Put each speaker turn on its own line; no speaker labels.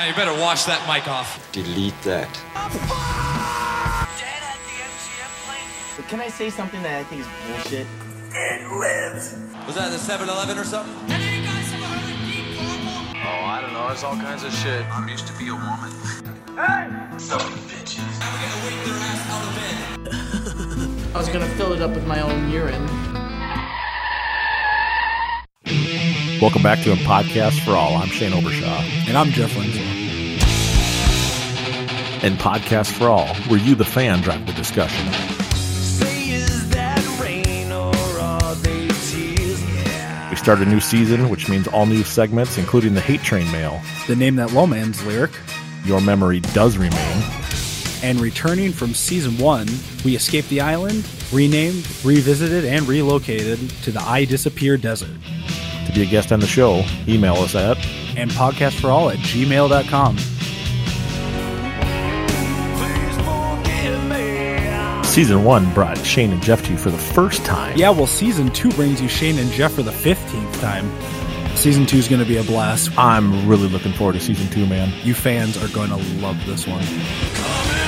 Now you better wash that mic off.
Delete that.
But can I say something that I think is bullshit?
Was that the 7 Eleven or something?
I'm used to be a woman.
I was gonna fill it up with my own urine.
Welcome back to a podcast for all. I'm Shane Obershaw.
And I'm Jeff Lindsay.
And Podcast for All, where you, the fan, drive the discussion. We start a new season, which means all new segments, including the Hate Train Mail.
The Name That Low Man's lyric.
Your memory does remain.
And returning from season one, we escaped the island, renamed, revisited, and relocated to the I Disappear Desert.
To be a guest on the show, email us at
And podcastforall at gmail.com.
Season 1 brought Shane and Jeff to you for the first time.
Yeah, well, season two brings you Shane and Jeff for the 15th time. Season two is going to be a blast.
I'm really looking forward to season 2, man.
You fans are going to love this one.
Coming